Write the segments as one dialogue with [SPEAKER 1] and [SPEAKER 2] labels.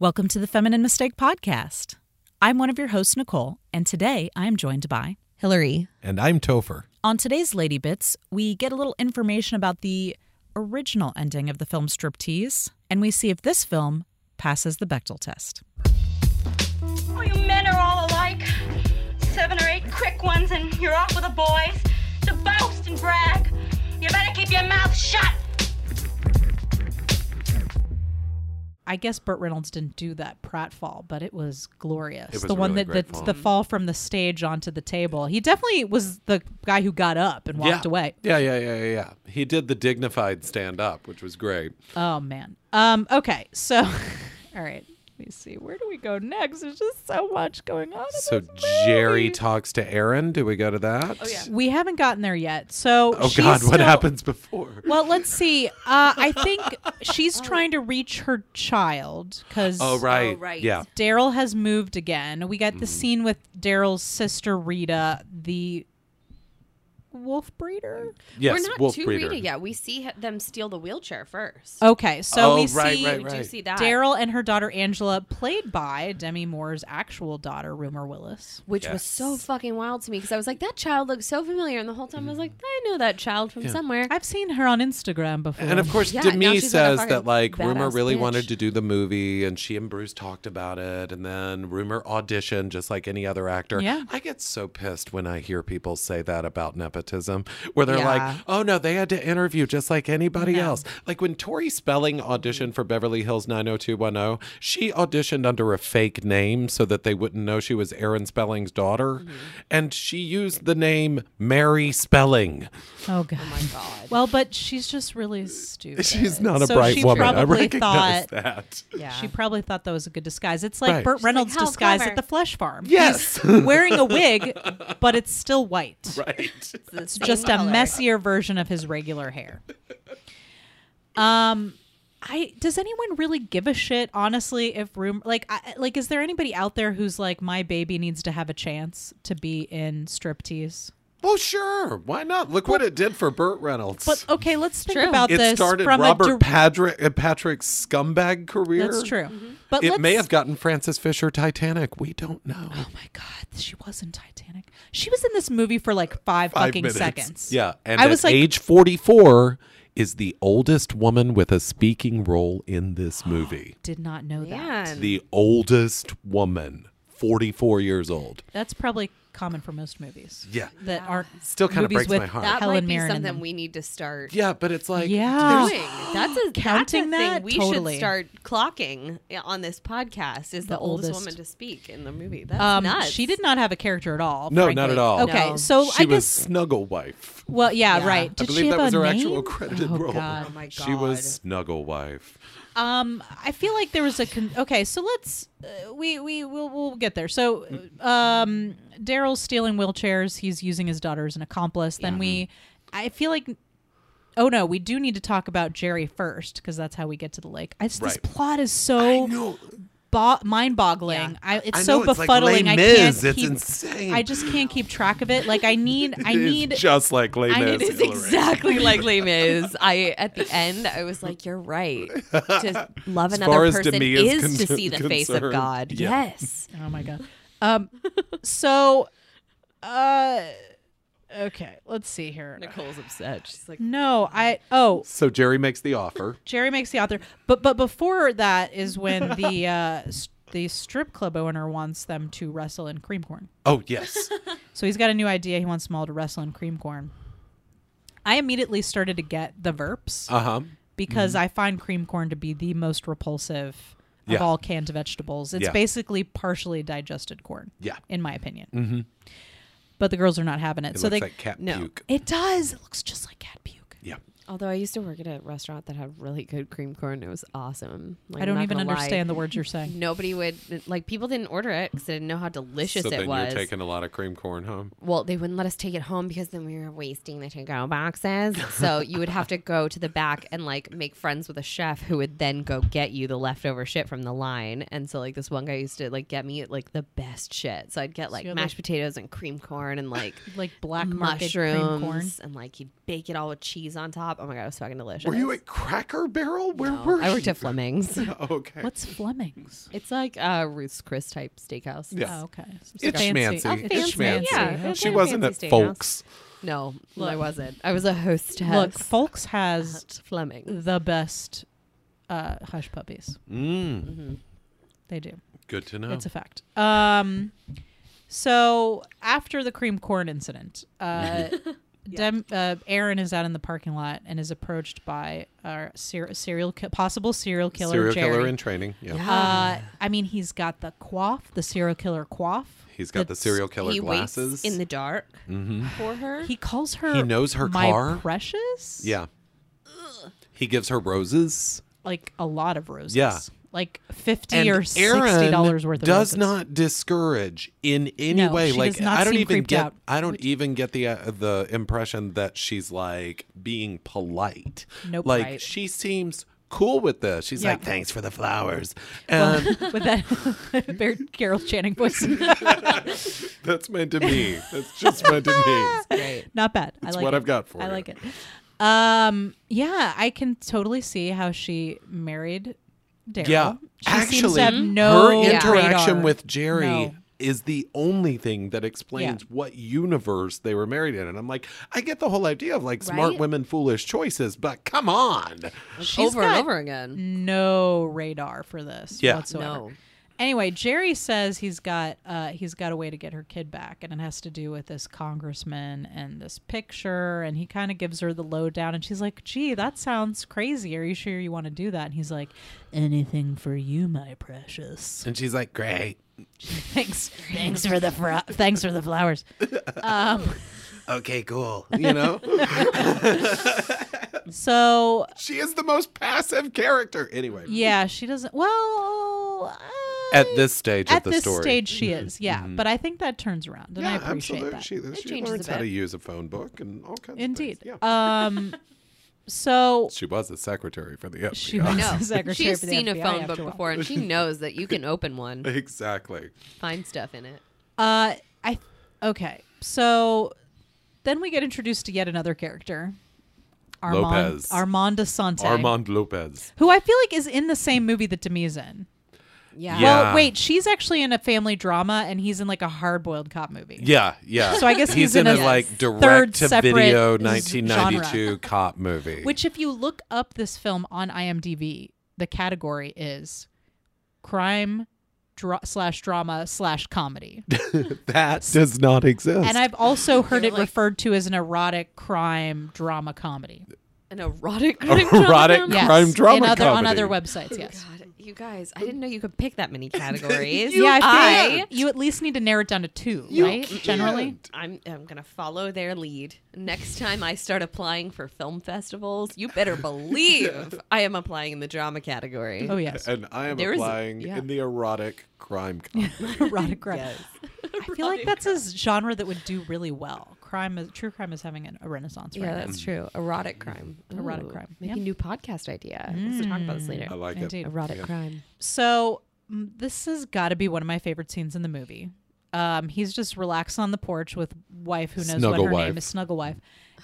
[SPEAKER 1] Welcome to the Feminine Mistake Podcast. I'm one of your hosts, Nicole, and today I am joined by
[SPEAKER 2] Hillary.
[SPEAKER 3] And I'm Topher.
[SPEAKER 1] On today's Lady Bits, we get a little information about the original ending of the film Striptease, and we see if this film passes the Bechtel test.
[SPEAKER 4] Oh, you men are all alike. Seven or eight quick ones, and you're off with the boys to boast and brag. You better keep your mouth shut.
[SPEAKER 5] I guess Burt Reynolds didn't do that pratfall, but it was glorious.
[SPEAKER 6] It was
[SPEAKER 5] the
[SPEAKER 6] a
[SPEAKER 5] one
[SPEAKER 6] really
[SPEAKER 5] that
[SPEAKER 6] great
[SPEAKER 5] the,
[SPEAKER 6] fall.
[SPEAKER 5] the fall from the stage onto the table. He definitely was the guy who got up and walked
[SPEAKER 6] yeah.
[SPEAKER 5] away.
[SPEAKER 6] Yeah, yeah, yeah, yeah, yeah. He did the dignified stand up, which was great.
[SPEAKER 5] Oh man. Um. Okay. So, all right. Let me see. Where do we go next? There's just so much going on. in
[SPEAKER 6] So
[SPEAKER 5] this
[SPEAKER 6] Jerry
[SPEAKER 5] movie.
[SPEAKER 6] talks to Aaron. Do we go to that? Oh yeah.
[SPEAKER 5] we haven't gotten there yet. So.
[SPEAKER 6] Oh
[SPEAKER 5] she's
[SPEAKER 6] God, what
[SPEAKER 5] still-
[SPEAKER 6] happens before?
[SPEAKER 5] Well, let's see. Uh, I think she's trying to reach her child because.
[SPEAKER 6] Oh right. Mm-hmm.
[SPEAKER 2] right.
[SPEAKER 6] Yeah.
[SPEAKER 5] Daryl has moved again. We got the scene with Daryl's sister Rita, the wolf breeder.
[SPEAKER 6] Yes.
[SPEAKER 2] We're not
[SPEAKER 6] Wolf
[SPEAKER 2] to
[SPEAKER 6] breeder.
[SPEAKER 2] Rita yet. We see h- them steal the wheelchair first.
[SPEAKER 5] Okay, so
[SPEAKER 6] Oh,
[SPEAKER 5] we
[SPEAKER 6] right,
[SPEAKER 5] see
[SPEAKER 6] right,
[SPEAKER 2] we do
[SPEAKER 6] right.
[SPEAKER 2] see that.
[SPEAKER 5] Daryl and her daughter Angela, played by Demi Moore's actual daughter, Rumor Willis.
[SPEAKER 2] Which was so fucking wild to me because I was like, that child looks so familiar. And the whole time I was like, I know that child from somewhere.
[SPEAKER 5] I've seen her on Instagram before.
[SPEAKER 6] And of course,
[SPEAKER 2] Yeah, now
[SPEAKER 6] Demi
[SPEAKER 2] she's like a
[SPEAKER 6] says
[SPEAKER 2] fucking
[SPEAKER 6] that like Rumor
[SPEAKER 2] badass
[SPEAKER 6] really
[SPEAKER 2] bitch.
[SPEAKER 6] wanted to do the movie, and she and Bruce talked about it, and then Rumor auditioned just like any other actor.
[SPEAKER 5] Yeah.
[SPEAKER 6] I get so pissed when I hear people say that about nepotism, where they're
[SPEAKER 5] Yeah.
[SPEAKER 6] like, "Oh no, they had to interview just like anybody else." Like when Tori Spelling auditioned for Beverly Hills 90210, she auditioned under a fake name so that they wouldn't know she was Aaron Spelling's daughter,
[SPEAKER 2] Mm-hmm.
[SPEAKER 6] and she used the name Mary Spelling.
[SPEAKER 5] oh god. Well, but she's just really stupid.
[SPEAKER 6] She's not a
[SPEAKER 5] So
[SPEAKER 6] bright
[SPEAKER 5] she
[SPEAKER 6] woman. I
[SPEAKER 5] probably
[SPEAKER 6] recognize
[SPEAKER 5] thought-
[SPEAKER 6] that.
[SPEAKER 2] yeah.
[SPEAKER 5] She probably thought that was a good disguise. It's like
[SPEAKER 6] Right.
[SPEAKER 5] Burt
[SPEAKER 6] She's
[SPEAKER 5] Reynolds'
[SPEAKER 2] "How
[SPEAKER 5] disguise
[SPEAKER 2] clever."
[SPEAKER 5] at the flesh farm.
[SPEAKER 6] Yes.
[SPEAKER 5] He's wearing a wig, but it's still white.
[SPEAKER 6] Right.
[SPEAKER 2] it's the
[SPEAKER 5] just
[SPEAKER 2] same
[SPEAKER 5] a
[SPEAKER 2] color.
[SPEAKER 5] messier version of his regular hair. Um, I does anyone really give a shit? Honestly, if room like I, like is there anybody out there who's like my baby needs to have a chance to be in striptease?
[SPEAKER 6] Well, sure. Why not? Look what it did for Burt Reynolds.
[SPEAKER 5] But okay, let's think
[SPEAKER 2] True.
[SPEAKER 5] about
[SPEAKER 6] it
[SPEAKER 5] this
[SPEAKER 6] started
[SPEAKER 5] from a
[SPEAKER 6] Robert
[SPEAKER 5] dir-
[SPEAKER 6] Patrick, uh, Patrick's scumbag career.
[SPEAKER 5] That's true.
[SPEAKER 2] Mm-hmm.
[SPEAKER 5] But
[SPEAKER 6] It
[SPEAKER 5] let's,
[SPEAKER 6] may have gotten Francis Fisher Titanic. We don't know.
[SPEAKER 5] Oh my god, she was in Titanic. She was in this movie for like five,
[SPEAKER 6] Five
[SPEAKER 5] fucking
[SPEAKER 6] minutes.
[SPEAKER 5] seconds.
[SPEAKER 6] Yeah. And
[SPEAKER 5] I
[SPEAKER 6] at
[SPEAKER 5] was like,
[SPEAKER 6] age 44 is the oldest woman with a speaking role in this movie.
[SPEAKER 5] did not know that.
[SPEAKER 2] Man.
[SPEAKER 6] the oldest woman, 44 years old.
[SPEAKER 5] That's probably common for most movies.
[SPEAKER 6] Yeah.
[SPEAKER 5] that aren't
[SPEAKER 6] Still kinda
[SPEAKER 5] movies
[SPEAKER 6] breaks
[SPEAKER 5] with
[SPEAKER 6] my heart.
[SPEAKER 2] that
[SPEAKER 5] Helen
[SPEAKER 2] might be
[SPEAKER 5] Mirren in
[SPEAKER 2] something
[SPEAKER 5] them.
[SPEAKER 2] we need to start
[SPEAKER 6] Yeah, but it's like
[SPEAKER 5] Yeah.
[SPEAKER 2] doing. That's a
[SPEAKER 5] Counting
[SPEAKER 2] that's a
[SPEAKER 5] that?
[SPEAKER 2] Thing. We
[SPEAKER 5] Totally.
[SPEAKER 2] should start clocking eh, on this podcast. Is the,
[SPEAKER 5] The
[SPEAKER 2] oldest,
[SPEAKER 5] oldest.
[SPEAKER 2] woman to speak in the movie? That's
[SPEAKER 5] Um,
[SPEAKER 2] nuts.
[SPEAKER 5] she did not have a character at all.
[SPEAKER 6] No,
[SPEAKER 5] frankly.
[SPEAKER 6] not at all.
[SPEAKER 5] Okay,
[SPEAKER 2] No.
[SPEAKER 5] so
[SPEAKER 6] she
[SPEAKER 5] I
[SPEAKER 6] was
[SPEAKER 5] guess.
[SPEAKER 6] Snuggle Wife.
[SPEAKER 5] Well, yeah, right.
[SPEAKER 6] I
[SPEAKER 5] Did
[SPEAKER 6] believe
[SPEAKER 5] she
[SPEAKER 6] that
[SPEAKER 5] have
[SPEAKER 6] was
[SPEAKER 5] a
[SPEAKER 6] her
[SPEAKER 5] name?
[SPEAKER 6] actual credited
[SPEAKER 5] oh,
[SPEAKER 6] role.
[SPEAKER 5] God.
[SPEAKER 2] Oh my
[SPEAKER 6] She was
[SPEAKER 2] God.
[SPEAKER 6] Snuggle Wife.
[SPEAKER 5] Um, I feel like there was a con- okay. So let's uh, we we will we'll get there. So,
[SPEAKER 6] Mm.
[SPEAKER 5] um, Daryl's stealing wheelchairs. He's using his daughter as an accomplice. Then we, I feel like, oh no, we do need to talk about Jerry first because that's how we get to the lake. I just,
[SPEAKER 6] Right.
[SPEAKER 5] This plot is so bo- mind-boggling. I it's
[SPEAKER 6] I
[SPEAKER 5] so
[SPEAKER 6] know, it's like
[SPEAKER 5] befuddling.
[SPEAKER 6] Les
[SPEAKER 5] I
[SPEAKER 6] Mis.
[SPEAKER 5] can't.
[SPEAKER 6] It's
[SPEAKER 5] keep,
[SPEAKER 6] insane.
[SPEAKER 5] I just can't keep track of it. Like I need. I
[SPEAKER 6] It is
[SPEAKER 5] need.
[SPEAKER 6] just like Les
[SPEAKER 2] I
[SPEAKER 6] Mis.
[SPEAKER 2] mean, it's
[SPEAKER 6] Hillary.
[SPEAKER 2] exactly like Les Mis. I at the end, I was like, "You're right. To love
[SPEAKER 6] As
[SPEAKER 2] another
[SPEAKER 6] far as
[SPEAKER 2] person
[SPEAKER 6] Demi
[SPEAKER 2] is
[SPEAKER 6] is
[SPEAKER 2] to
[SPEAKER 6] con-
[SPEAKER 2] see the face of
[SPEAKER 6] concerned,
[SPEAKER 2] God."
[SPEAKER 6] yeah.
[SPEAKER 2] Yes,
[SPEAKER 5] Oh my god. Um. So. Uh. Okay. Let's see here.
[SPEAKER 2] Nicole's upset. She's like,
[SPEAKER 5] No, I. Oh,
[SPEAKER 6] So Jerry makes the offer.
[SPEAKER 5] Jerry makes the author. But but before that is when the uh s- the strip club owner wants them to wrestle in cream corn.
[SPEAKER 6] Oh yes.
[SPEAKER 5] So he's got a new idea. He wants them all to wrestle in cream corn. I immediately started to get the verps
[SPEAKER 6] Uh huh.
[SPEAKER 5] because I find cream corn to be the most repulsive of
[SPEAKER 6] Yeah.
[SPEAKER 5] all canned vegetables. It's
[SPEAKER 6] Yeah.
[SPEAKER 5] basically partially digested corn.
[SPEAKER 6] Yeah. Mm-hmm.
[SPEAKER 5] in my opinion. But the girls are not having it,
[SPEAKER 6] It
[SPEAKER 5] so
[SPEAKER 6] looks
[SPEAKER 5] they.
[SPEAKER 6] like cat
[SPEAKER 2] no.
[SPEAKER 6] puke.
[SPEAKER 5] it does. It looks just like cat puke.
[SPEAKER 6] Yeah.
[SPEAKER 2] although I used to work at a restaurant that had really good cream corn. It was awesome. Like,
[SPEAKER 5] I
[SPEAKER 2] I'm
[SPEAKER 5] don't
[SPEAKER 2] not
[SPEAKER 5] even
[SPEAKER 2] gonna lie.
[SPEAKER 5] understand the words you're saying.
[SPEAKER 2] Nobody would like people didn't order it because they didn't know how delicious
[SPEAKER 6] so
[SPEAKER 2] it
[SPEAKER 6] then
[SPEAKER 2] was.
[SPEAKER 6] you're taking a lot of cream corn home.
[SPEAKER 2] well, they wouldn't let us take it home because then we were wasting the to-go boxes. So you would have to go to the back and like make friends with a chef who would then go get you the leftover shit from the line. And so like this one guy used to like get me like the best shit. So I'd get like
[SPEAKER 5] you're,
[SPEAKER 2] mashed potatoes and cream corn and like
[SPEAKER 5] Like black market cream corn.
[SPEAKER 2] mushrooms and like he'd bake it all with cheese on top. Oh my god, it was fucking delicious.
[SPEAKER 6] Were you at Cracker Barrel? Where
[SPEAKER 2] No,
[SPEAKER 6] were
[SPEAKER 2] I worked
[SPEAKER 6] you?
[SPEAKER 2] at Fleming's.
[SPEAKER 6] Okay.
[SPEAKER 5] What's Fleming's?
[SPEAKER 2] it's like uh, Ruth's Chris type steakhouse.
[SPEAKER 6] Yeah.
[SPEAKER 5] Oh, okay. So
[SPEAKER 6] It's
[SPEAKER 5] fancy.
[SPEAKER 6] schmancy.
[SPEAKER 5] Oh,
[SPEAKER 6] It's
[SPEAKER 5] fancy.
[SPEAKER 6] schmancy.
[SPEAKER 2] Yeah.
[SPEAKER 6] she
[SPEAKER 2] Okay,
[SPEAKER 6] wasn't at
[SPEAKER 2] fancy steakhouse.
[SPEAKER 6] Folks.
[SPEAKER 2] No, I wasn't. I was a hostess.
[SPEAKER 5] Look, Folks has
[SPEAKER 2] at Fleming.
[SPEAKER 5] uh, the best uh, hush puppies.
[SPEAKER 6] Mm,
[SPEAKER 5] Mm-hmm.
[SPEAKER 6] Oh.
[SPEAKER 5] They do.
[SPEAKER 6] good to know.
[SPEAKER 5] It's a fact. Um, so after the cream corn incident, uh, Dem, uh, Aaron is out in the parking lot and is approached by our ser- serial ki- possible serial killer.
[SPEAKER 6] Serial
[SPEAKER 5] Jerry.
[SPEAKER 6] killer in training. Yeah.
[SPEAKER 5] uh, I mean, he's got the quaff, the serial killer quaff.
[SPEAKER 6] He's got the
[SPEAKER 5] That's-
[SPEAKER 6] serial killer
[SPEAKER 2] he Mm-hmm.
[SPEAKER 6] glasses.
[SPEAKER 2] waits in the dark for her.
[SPEAKER 5] He calls her.
[SPEAKER 6] He knows her
[SPEAKER 5] my
[SPEAKER 6] car."
[SPEAKER 5] Precious.
[SPEAKER 6] yeah. He gives her roses.
[SPEAKER 5] Like a lot of roses.
[SPEAKER 6] Yeah.
[SPEAKER 5] Like fifty
[SPEAKER 6] and
[SPEAKER 5] or sixty dollars
[SPEAKER 6] Aaron
[SPEAKER 5] worth. of
[SPEAKER 6] does
[SPEAKER 5] roses.
[SPEAKER 6] not discourage in any
[SPEAKER 5] No,
[SPEAKER 6] way.
[SPEAKER 5] she
[SPEAKER 6] like
[SPEAKER 5] does not
[SPEAKER 6] I don't
[SPEAKER 5] seem
[SPEAKER 6] even
[SPEAKER 5] creeped
[SPEAKER 6] get.
[SPEAKER 5] out.
[SPEAKER 6] I don't even get the uh, the impression that she's like being polite.
[SPEAKER 5] Nope.
[SPEAKER 6] Like
[SPEAKER 5] Right.
[SPEAKER 6] she seems cool with this. She's
[SPEAKER 5] Yeah.
[SPEAKER 6] like, "Thanks for the flowers." And
[SPEAKER 5] with that Baird Carol Channing voice.
[SPEAKER 6] that's meant to me. That's just meant to me.
[SPEAKER 5] Not bad. I
[SPEAKER 6] It's
[SPEAKER 5] like
[SPEAKER 6] what
[SPEAKER 5] it.
[SPEAKER 6] I've got for
[SPEAKER 5] I
[SPEAKER 6] you.
[SPEAKER 5] like it. Um, yeah, I can totally see how she married Daryl.
[SPEAKER 6] Yeah,
[SPEAKER 5] she
[SPEAKER 6] actually,
[SPEAKER 5] seems to have no
[SPEAKER 6] her interaction
[SPEAKER 5] radar.
[SPEAKER 6] with Jerry
[SPEAKER 5] No.
[SPEAKER 6] is the only thing that explains what universe they were married in. And I'm like, I get the whole idea of like smart
[SPEAKER 2] Right?
[SPEAKER 6] women, foolish choices, but come on,
[SPEAKER 5] She's
[SPEAKER 2] over and
[SPEAKER 5] got
[SPEAKER 2] over again.
[SPEAKER 5] no radar for this
[SPEAKER 6] Yeah.
[SPEAKER 5] whatsoever.
[SPEAKER 2] No.
[SPEAKER 5] Anyway, Jerry says he's got uh, he's got a way to get her kid back, and it has to do with this congressman and this picture. And he kind of gives her the lowdown, and she's like, "Gee, that sounds crazy. Are you sure you want to do that?" And he's like, "Anything for you, my precious."
[SPEAKER 6] and she's like, great.
[SPEAKER 5] thanks, thanks for the fro- thanks for the flowers.
[SPEAKER 6] Okay, cool. You know,
[SPEAKER 5] So
[SPEAKER 6] she is the most passive character. Anyway,
[SPEAKER 5] yeah, she doesn't. Well, I-
[SPEAKER 6] at this stage
[SPEAKER 5] at
[SPEAKER 6] of the
[SPEAKER 5] this
[SPEAKER 6] story, Mm-hmm.
[SPEAKER 5] stage, she is. Yeah, but I think that turns around, and I
[SPEAKER 6] yeah,
[SPEAKER 5] appreciate
[SPEAKER 6] absolutely.
[SPEAKER 5] that.
[SPEAKER 6] She, she
[SPEAKER 2] changes a
[SPEAKER 6] learns how
[SPEAKER 2] bit.
[SPEAKER 6] to use a phone book and all kinds.
[SPEAKER 5] Indeed.
[SPEAKER 6] of things. yeah.
[SPEAKER 5] Um, so
[SPEAKER 6] she was a secretary for the FBI.
[SPEAKER 5] she was
[SPEAKER 2] No.
[SPEAKER 5] the secretary
[SPEAKER 2] She's
[SPEAKER 5] for the
[SPEAKER 2] seen a
[SPEAKER 5] FBI
[SPEAKER 2] phone
[SPEAKER 5] after
[SPEAKER 2] book
[SPEAKER 5] all.
[SPEAKER 2] before and she knows that you can open one,
[SPEAKER 6] exactly.
[SPEAKER 2] find stuff in it.
[SPEAKER 5] Uh, I okay. So then we get introduced to yet another character, Armand
[SPEAKER 6] Lopez.
[SPEAKER 5] Armand Asante,
[SPEAKER 6] Armand Lopez.
[SPEAKER 5] who I feel like is in the same movie that Demi's in.
[SPEAKER 2] Yeah.
[SPEAKER 6] Yeah.
[SPEAKER 5] Well, wait, she's actually in a family drama, and he's in like a hard-boiled cop movie.
[SPEAKER 6] Yeah, yeah.
[SPEAKER 5] So I guess he's in a
[SPEAKER 6] like
[SPEAKER 5] third
[SPEAKER 6] direct to video
[SPEAKER 5] separate
[SPEAKER 6] 1992
[SPEAKER 5] genre.
[SPEAKER 6] cop movie.
[SPEAKER 5] Which, if you look up this film on IMDb, the category is crime dra- slash drama slash comedy.
[SPEAKER 6] that does not exist.
[SPEAKER 5] and I've also heard it
[SPEAKER 2] You're like-
[SPEAKER 5] referred to as an erotic crime drama comedy.
[SPEAKER 2] An erotic
[SPEAKER 6] Erotic
[SPEAKER 2] drama?
[SPEAKER 6] Yeah.
[SPEAKER 5] Yes,
[SPEAKER 6] Crime drama
[SPEAKER 5] in other, on
[SPEAKER 6] comedy. Oh,
[SPEAKER 5] other websites. Yes.
[SPEAKER 2] God, you guys, I didn't know you could pick that many categories.
[SPEAKER 5] yeah, I feel
[SPEAKER 2] I-
[SPEAKER 5] like you at least need to narrow it down to two,
[SPEAKER 6] You
[SPEAKER 5] right?
[SPEAKER 6] can't.
[SPEAKER 5] Generally,
[SPEAKER 2] I'm I'm gonna follow their lead. Next time I start applying for film festivals, you better believe I am applying in the drama category.
[SPEAKER 5] oh yes,
[SPEAKER 6] and I am
[SPEAKER 2] There is a-
[SPEAKER 6] applying
[SPEAKER 2] yeah.
[SPEAKER 6] in the erotic crime comedy.
[SPEAKER 5] erotic crime.
[SPEAKER 2] Yes.
[SPEAKER 5] I feel like that's a genre that would do really well. Crime, is, true crime, is having an, a renaissance right
[SPEAKER 2] Yeah,
[SPEAKER 5] now.
[SPEAKER 6] Mm.
[SPEAKER 2] that's true. Erotic crime.
[SPEAKER 5] Erotic crime.
[SPEAKER 2] Make a
[SPEAKER 5] Yep.
[SPEAKER 2] new podcast idea. Let's talk about this later.
[SPEAKER 6] Mm. I like
[SPEAKER 5] Indeed.
[SPEAKER 6] it.
[SPEAKER 2] Erotic crime.
[SPEAKER 5] So mm, this has got to be one of my favorite scenes in the movie. Um, he's just relaxed on the porch with wife who knows
[SPEAKER 6] Snuggle
[SPEAKER 5] what her
[SPEAKER 6] wife.
[SPEAKER 5] name is, Snuggle Wife,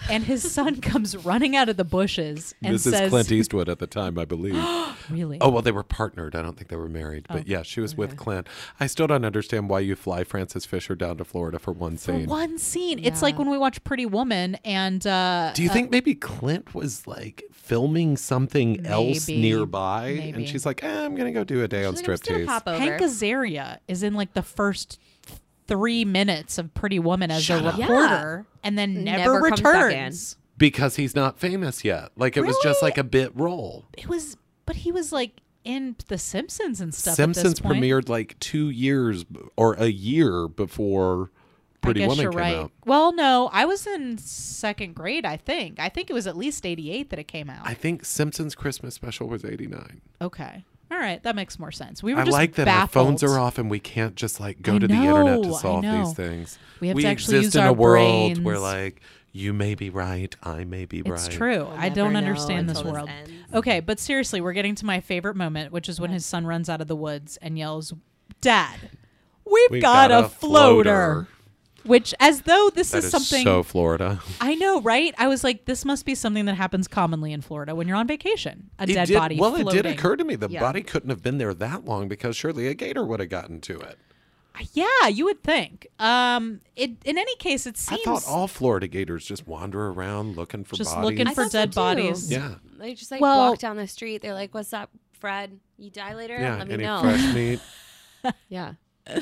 [SPEAKER 5] and his son comes running out of the bushes and
[SPEAKER 6] This
[SPEAKER 5] says,
[SPEAKER 6] is Clint Eastwood at the time, I believe. oh
[SPEAKER 5] "Really?
[SPEAKER 6] well, they were partnered. I don't think they were married,
[SPEAKER 5] Oh,
[SPEAKER 6] but yeah, she was with Clint. I still don't understand why you fly Frances Fisher down to Florida for one scene.
[SPEAKER 5] One scene. It's like when we watch Pretty Woman and uh,
[SPEAKER 6] Do you think maybe Clint was like filming something else
[SPEAKER 5] Maybe.
[SPEAKER 6] nearby,
[SPEAKER 5] Maybe.
[SPEAKER 6] and she's like, eh, "I'm gonna go do a day on
[SPEAKER 2] Like, I'm just gonna
[SPEAKER 6] striptease."
[SPEAKER 2] pop over.
[SPEAKER 5] Hank Azaria is in like the first three minutes of Pretty Woman as a
[SPEAKER 2] up.
[SPEAKER 5] reporter, and then never,
[SPEAKER 2] Never comes back in.
[SPEAKER 5] returns.
[SPEAKER 6] because he's not famous yet. Like it was just like a bit role.
[SPEAKER 5] It was, but he was like in The Simpsons and stuff. at this
[SPEAKER 6] Simpsons
[SPEAKER 5] point.
[SPEAKER 6] premiered like two years b- or a year before Pretty
[SPEAKER 5] I guess
[SPEAKER 6] Woman
[SPEAKER 5] you're
[SPEAKER 6] came
[SPEAKER 5] right.
[SPEAKER 6] out.
[SPEAKER 5] Well, no, I was in second grade. I think. I think it was at least '88 that it came out.
[SPEAKER 6] I think Simpsons Christmas special was eighty nine.
[SPEAKER 5] okay, all right, that makes more sense. We were
[SPEAKER 6] I
[SPEAKER 5] just
[SPEAKER 6] like that
[SPEAKER 5] baffled.
[SPEAKER 6] our phones are off and we can't just like go
[SPEAKER 5] I
[SPEAKER 6] to the internet
[SPEAKER 5] know,
[SPEAKER 6] to
[SPEAKER 5] I
[SPEAKER 6] solve
[SPEAKER 5] know.
[SPEAKER 6] these things.
[SPEAKER 5] We have
[SPEAKER 6] we
[SPEAKER 5] to actually use
[SPEAKER 6] exist in
[SPEAKER 5] our
[SPEAKER 6] a world where
[SPEAKER 5] brains.
[SPEAKER 6] like you may be right, I may be right.
[SPEAKER 5] It's true. I
[SPEAKER 2] never
[SPEAKER 5] don't
[SPEAKER 2] know
[SPEAKER 5] understand this
[SPEAKER 2] until this
[SPEAKER 5] world.
[SPEAKER 2] ends.
[SPEAKER 5] okay, but seriously, we're getting to my favorite moment, which is when his son runs out of the woods and yells, "Dad, we've,
[SPEAKER 6] We've
[SPEAKER 5] got, a floater." which as though this
[SPEAKER 6] That
[SPEAKER 5] is
[SPEAKER 6] is
[SPEAKER 5] something
[SPEAKER 6] so Florida.
[SPEAKER 5] I know, right? I was like, this must be something that happens commonly in Florida when you're on vacation. A
[SPEAKER 6] It
[SPEAKER 5] dead
[SPEAKER 6] did-
[SPEAKER 5] body.
[SPEAKER 6] Well, it did
[SPEAKER 5] floating.
[SPEAKER 6] occur to me the
[SPEAKER 2] Yeah.
[SPEAKER 6] body couldn't have been there that long because surely a gator would have gotten to it.
[SPEAKER 5] Yeah, you would think. Um, it in any case, it
[SPEAKER 6] I
[SPEAKER 5] seems
[SPEAKER 6] thought all Florida gators just wander around looking for
[SPEAKER 5] Just
[SPEAKER 6] bodies.
[SPEAKER 5] looking for
[SPEAKER 2] thought so
[SPEAKER 5] dead
[SPEAKER 2] too.
[SPEAKER 5] bodies.
[SPEAKER 6] yeah,
[SPEAKER 2] They just like
[SPEAKER 5] Well-
[SPEAKER 2] walk down the street. They're like, "What's up, Fred? You die later?
[SPEAKER 6] yeah.
[SPEAKER 2] Let me
[SPEAKER 6] Any
[SPEAKER 2] know."
[SPEAKER 6] fresh meat?
[SPEAKER 2] Yeah.